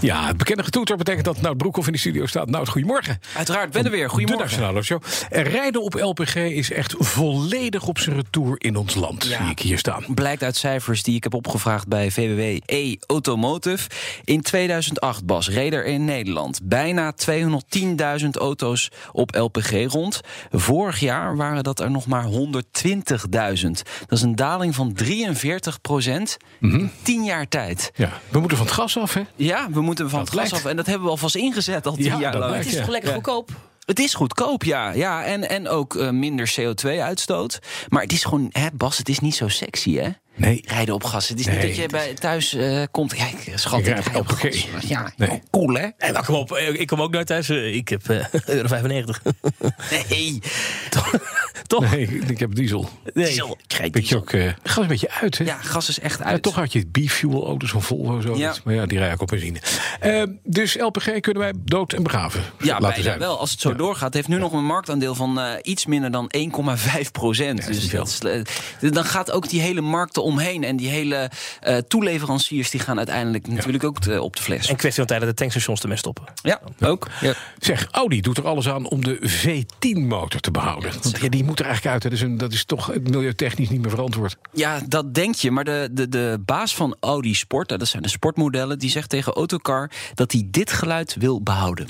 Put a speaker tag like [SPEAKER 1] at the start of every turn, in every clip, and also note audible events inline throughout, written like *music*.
[SPEAKER 1] Ja, het bekende getoeter betekent dat Nout Broekhoff in de studio staat. Nout, goedemorgen.
[SPEAKER 2] Uiteraard, ben er weer. Goedemorgen.
[SPEAKER 1] De Nationale Show. En Rijden op LPG is echt volledig op zijn retour in ons land,
[SPEAKER 2] Ja.
[SPEAKER 1] zie ik hier staan.
[SPEAKER 2] Blijkt uit cijfers die ik heb opgevraagd bij VBW E Automotive. In 2008, Bas, reden er in Nederland bijna 210.000 auto's op LPG rond. Vorig jaar waren dat er nog maar 120.000. Dat is een daling van 43 procent
[SPEAKER 1] Mhm.
[SPEAKER 2] in 10 jaar tijd.
[SPEAKER 1] Ja, we moeten van het gas af, hè?
[SPEAKER 2] Ja, we moeten van
[SPEAKER 1] Dat
[SPEAKER 2] het gas
[SPEAKER 1] blijkt.
[SPEAKER 2] af. En dat hebben we alvast ingezet al tien
[SPEAKER 1] Ja,
[SPEAKER 2] jaar
[SPEAKER 1] dat
[SPEAKER 2] lang.
[SPEAKER 1] blijkt, ja.
[SPEAKER 3] lekker goedkoop.
[SPEAKER 2] Het is goedkoop, ja. ja en, en ook eh, minder CO2-uitstoot. Maar het is gewoon, hè, Bas, het is niet zo sexy, hè?
[SPEAKER 1] Nee.
[SPEAKER 2] Rijden op gas. Het is
[SPEAKER 1] Nee,
[SPEAKER 2] niet dat je
[SPEAKER 1] het
[SPEAKER 2] bij, thuis eh, komt. Ja, ik- schat,
[SPEAKER 1] Ik
[SPEAKER 2] ik,
[SPEAKER 1] rijd
[SPEAKER 2] rij op
[SPEAKER 1] op gas.
[SPEAKER 2] gas. Ja,
[SPEAKER 1] Nee.
[SPEAKER 2] cool, hè?
[SPEAKER 3] En dan kom op, eh, ik kom ook nooit thuis. eh, Ik heb eh, *laughs* euro 95.
[SPEAKER 2] Nee.
[SPEAKER 3] *laughs* Toch?
[SPEAKER 1] *laughs* Nee, ik heb diesel.
[SPEAKER 2] Diesel. Ik rijd
[SPEAKER 1] Weet je
[SPEAKER 2] diesel.
[SPEAKER 1] ook, eh gaat een beetje uit, hè?
[SPEAKER 2] Ja, gas is echt
[SPEAKER 1] Ja,
[SPEAKER 2] uit.
[SPEAKER 1] toch had je het bifuel auto, zo'n Volvo zo.
[SPEAKER 2] Ja.
[SPEAKER 1] Maar ja, die rijden ook op benzine. Eh, dus LPG kunnen wij dood en begraven
[SPEAKER 2] Ja,
[SPEAKER 1] laten
[SPEAKER 2] bijna
[SPEAKER 1] zijn.
[SPEAKER 2] wel. Als het zo doorgaat, Het heeft nu nog een marktaandeel van eh, iets minder dan 1,5 procent. dus
[SPEAKER 1] niet veel.
[SPEAKER 2] dat is, eh, dan gaat ook die hele markt eromheen. En die hele eh, toeleveranciers die gaan uiteindelijk natuurlijk ook eh, op de fles.
[SPEAKER 3] En kwestie van tijd dat de tankstations ermee stoppen.
[SPEAKER 2] Ja, ook. Ja.
[SPEAKER 1] Zeg, Audi doet er alles aan om de V10-motor te behouden. Want ja, die moet er eigenlijk uit. hè. Dus een- dat is toch milieutechnisch niet meer verantwoord.
[SPEAKER 2] Ja, dat denk je. Maar de, de, de baas van Audi Sport, nou, dat zijn de sportmodellen, die zegt tegen Autocar dat hij dit geluid wil behouden.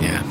[SPEAKER 1] Ja.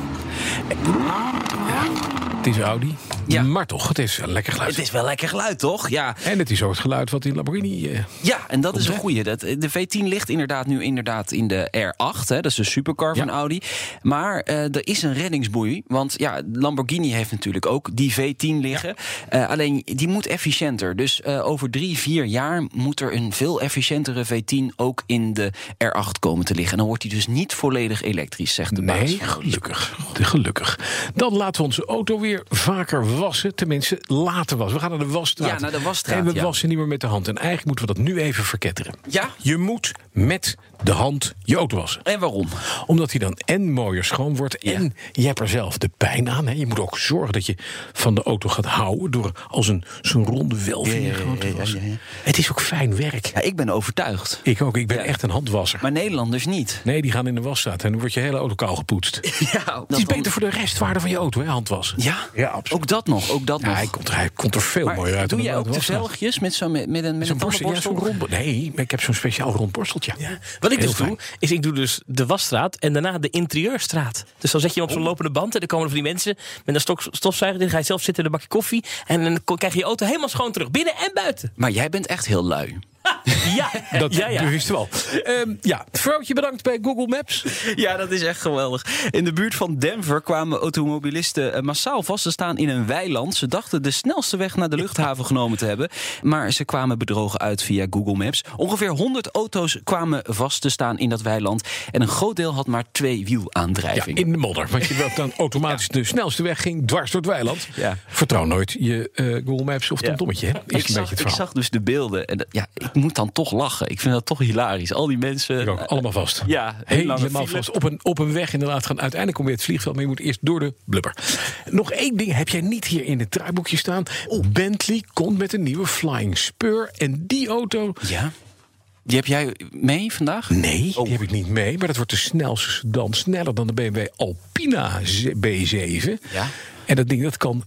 [SPEAKER 1] Het is Audi.
[SPEAKER 2] Ja.
[SPEAKER 1] Maar toch, het is een lekker geluid.
[SPEAKER 2] Het is wel lekker geluid, toch? Ja,
[SPEAKER 1] En het is ook het geluid wat die Lamborghini... eh,
[SPEAKER 2] ja en dat is een
[SPEAKER 1] Komt, hè?
[SPEAKER 2] goeie. Dat, de V10 ligt inderdaad nu inderdaad in de R8. Hè, dat is de supercar van
[SPEAKER 1] Ja.
[SPEAKER 2] Audi. Maar eh, er is een reddingsboei. Want ja, Lamborghini heeft natuurlijk ook die V10 liggen. Eh, alleen die moet efficiënter. Dus eh, over drie, vier jaar moet er een veel efficiëntere V10 ook in de R8 komen te liggen. En dan wordt die dus niet volledig elektrisch, zegt de baas.
[SPEAKER 1] Nee, gelukkig. Gelukkig. Dan laten we onze auto weer vaker wassen. Tenminste, laten wassen. We gaan naar de wasstraat.
[SPEAKER 2] Ja, naar de wasstraat,
[SPEAKER 1] En we
[SPEAKER 2] ja.
[SPEAKER 1] wassen niet meer met de hand. En eigenlijk moeten we dat nu even verketteren.
[SPEAKER 2] Ja?
[SPEAKER 1] Je moet met de hand je auto wassen.
[SPEAKER 2] En waarom?
[SPEAKER 1] Omdat hij dan en mooier schoon wordt. En je hebt er zelf de pijn aan. Hè. Je moet ook zorgen dat je van de auto gaat houden. Door als een zo'n ronde welving
[SPEAKER 2] Ja, ja, ja,
[SPEAKER 1] gewoon te
[SPEAKER 2] ja, ja,
[SPEAKER 1] wassen.
[SPEAKER 2] ja.
[SPEAKER 1] Het is ook fijn werk.
[SPEAKER 2] Ja, ik ben overtuigd.
[SPEAKER 1] Ik ook. Ik ben echt een handwasser.
[SPEAKER 2] Maar Nederlanders niet.
[SPEAKER 1] Nee, die gaan in de wasstraat. En dan wordt je hele auto kaal gepoetst.
[SPEAKER 2] Ja,
[SPEAKER 1] Het is beter voor de restwaarde van je auto, hè, handwassen.
[SPEAKER 2] Ja,
[SPEAKER 1] Ja, absoluut.
[SPEAKER 2] ook dat nog. Ook dat
[SPEAKER 1] Ja,
[SPEAKER 2] nog.
[SPEAKER 1] hij, komt er, hij komt er veel
[SPEAKER 2] Maar
[SPEAKER 1] mooier uit.
[SPEAKER 2] doe
[SPEAKER 1] dan
[SPEAKER 2] jij
[SPEAKER 1] de
[SPEAKER 2] ook de
[SPEAKER 1] wasstraat.
[SPEAKER 2] velgjes met zo'n met, met een, met
[SPEAKER 1] Zo'n
[SPEAKER 2] een
[SPEAKER 1] borstel, ja,
[SPEAKER 2] tandenborstel?
[SPEAKER 1] zo'n rond. Nee, maar ik heb zo'n speciaal rond borsteltje. Ja.
[SPEAKER 3] Wat ik
[SPEAKER 1] Heel
[SPEAKER 3] dus doe, is ik doe dus de wasstraat en daarna de interieurstraat. Dus dan zet je hem op zo'n lopende band en dan komen er van die mensen met een stok, stofzuiger. Dan ga je zelf zitten in een bakje koffie en dan ko- krijg je je auto helemaal schoon terug. Binnen en buiten.
[SPEAKER 2] Maar jij bent echt heel lui.
[SPEAKER 3] *laughs* Ja,
[SPEAKER 1] Dat
[SPEAKER 3] ja, ja.
[SPEAKER 1] is het wel. Ehm, ja, vrouwtje bedankt bij Google Maps.
[SPEAKER 2] *laughs* Ja, dat is echt geweldig. In de buurt van Denver kwamen automobilisten eh, massaal vast te staan in een weiland. Ze dachten de snelste weg naar de luchthaven genomen te hebben. Maar ze kwamen bedrogen uit via Google Maps. Ongeveer 100 auto's kwamen vast te staan in dat weiland. En een groot deel had maar twee
[SPEAKER 1] Ja,
[SPEAKER 2] wielaandrijvingen.
[SPEAKER 1] in de modder. Want je wilt
[SPEAKER 2] *laughs*
[SPEAKER 1] dan automatisch de snelste weg ging dwars door het weiland.
[SPEAKER 2] Ja.
[SPEAKER 1] Vertrouw nooit je eh, Google Maps of tomtommetje. hè. Is een
[SPEAKER 2] ik, zag,
[SPEAKER 1] beetje het
[SPEAKER 2] ik
[SPEAKER 1] verhaal.
[SPEAKER 2] zag dus de beelden. En dat- ja, ik moet dan toch lachen. Ik vind dat toch hilarisch. Al die mensen.
[SPEAKER 1] Ik ook, allemaal vast.
[SPEAKER 2] ja, een lange
[SPEAKER 1] helemaal
[SPEAKER 2] file.
[SPEAKER 1] vast. Op een, op een weg inderdaad gaan. Uiteindelijk kom je het vliegveld, maar je moet eerst door de blubber. Nog één ding heb jij niet hier in het draaiboekje staan. Bentley komt met een nieuwe Flying Spur. En die auto...
[SPEAKER 2] Ja. Die heb jij mee vandaag?
[SPEAKER 1] Nee, die heb ik niet mee. Maar dat wordt de snelste sedan. Sneller dan de BMW Alpina Z- B7.
[SPEAKER 2] Ja.
[SPEAKER 1] En dat ding dat kan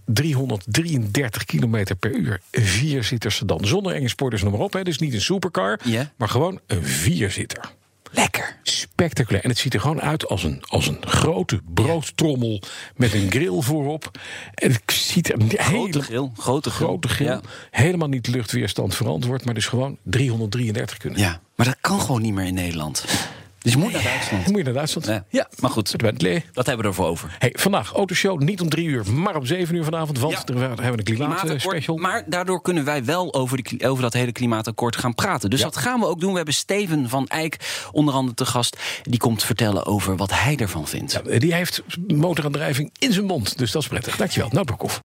[SPEAKER 1] 333 km per uur. Een vierzitter sedan. Zonder enge spoorders, noem maar op. Hè. Dus niet een supercar,
[SPEAKER 2] Ja.
[SPEAKER 1] maar gewoon een vierzitter.
[SPEAKER 2] Lekker.
[SPEAKER 1] Spectaculair. En het ziet er gewoon uit als een, als een grote broodtrommel met een grill voorop. En het ziet er
[SPEAKER 2] Grote
[SPEAKER 1] hele-
[SPEAKER 2] grill. Grote grill.
[SPEAKER 1] grote grill.
[SPEAKER 2] Ja.
[SPEAKER 1] Helemaal niet luchtweerstand verantwoord, maar dus gewoon 333 kunnen.
[SPEAKER 2] ja, maar dat kan gewoon niet meer in Nederland. Dus Dus je moet naar Duitsland.
[SPEAKER 1] Dan moet je naar Duitsland.
[SPEAKER 2] Ja, maar goed,
[SPEAKER 1] Met de Bentley.
[SPEAKER 2] dat hebben we ervoor over.
[SPEAKER 1] Hey, vandaag autoshow, niet om drie uur, maar om zeven uur vanavond. Want
[SPEAKER 2] Ja.
[SPEAKER 1] er hebben we een klimaat eh,
[SPEAKER 2] Klimaatakkoord.
[SPEAKER 1] special.
[SPEAKER 2] Maar daardoor kunnen wij wel over, die, kli- over dat hele klimaatakkoord gaan praten. Dus dat gaan we ook doen. We hebben Steven van Eijk onder andere te gast. Die komt vertellen over wat hij ervan vindt.
[SPEAKER 1] Die heeft motoraandrijving in zijn mond, dus dat is prettig. Dankjewel, Nou, Broekhoff.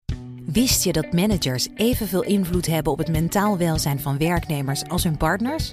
[SPEAKER 4] Wist je dat managers evenveel invloed hebben op het mentaal welzijn van werknemers als hun partners?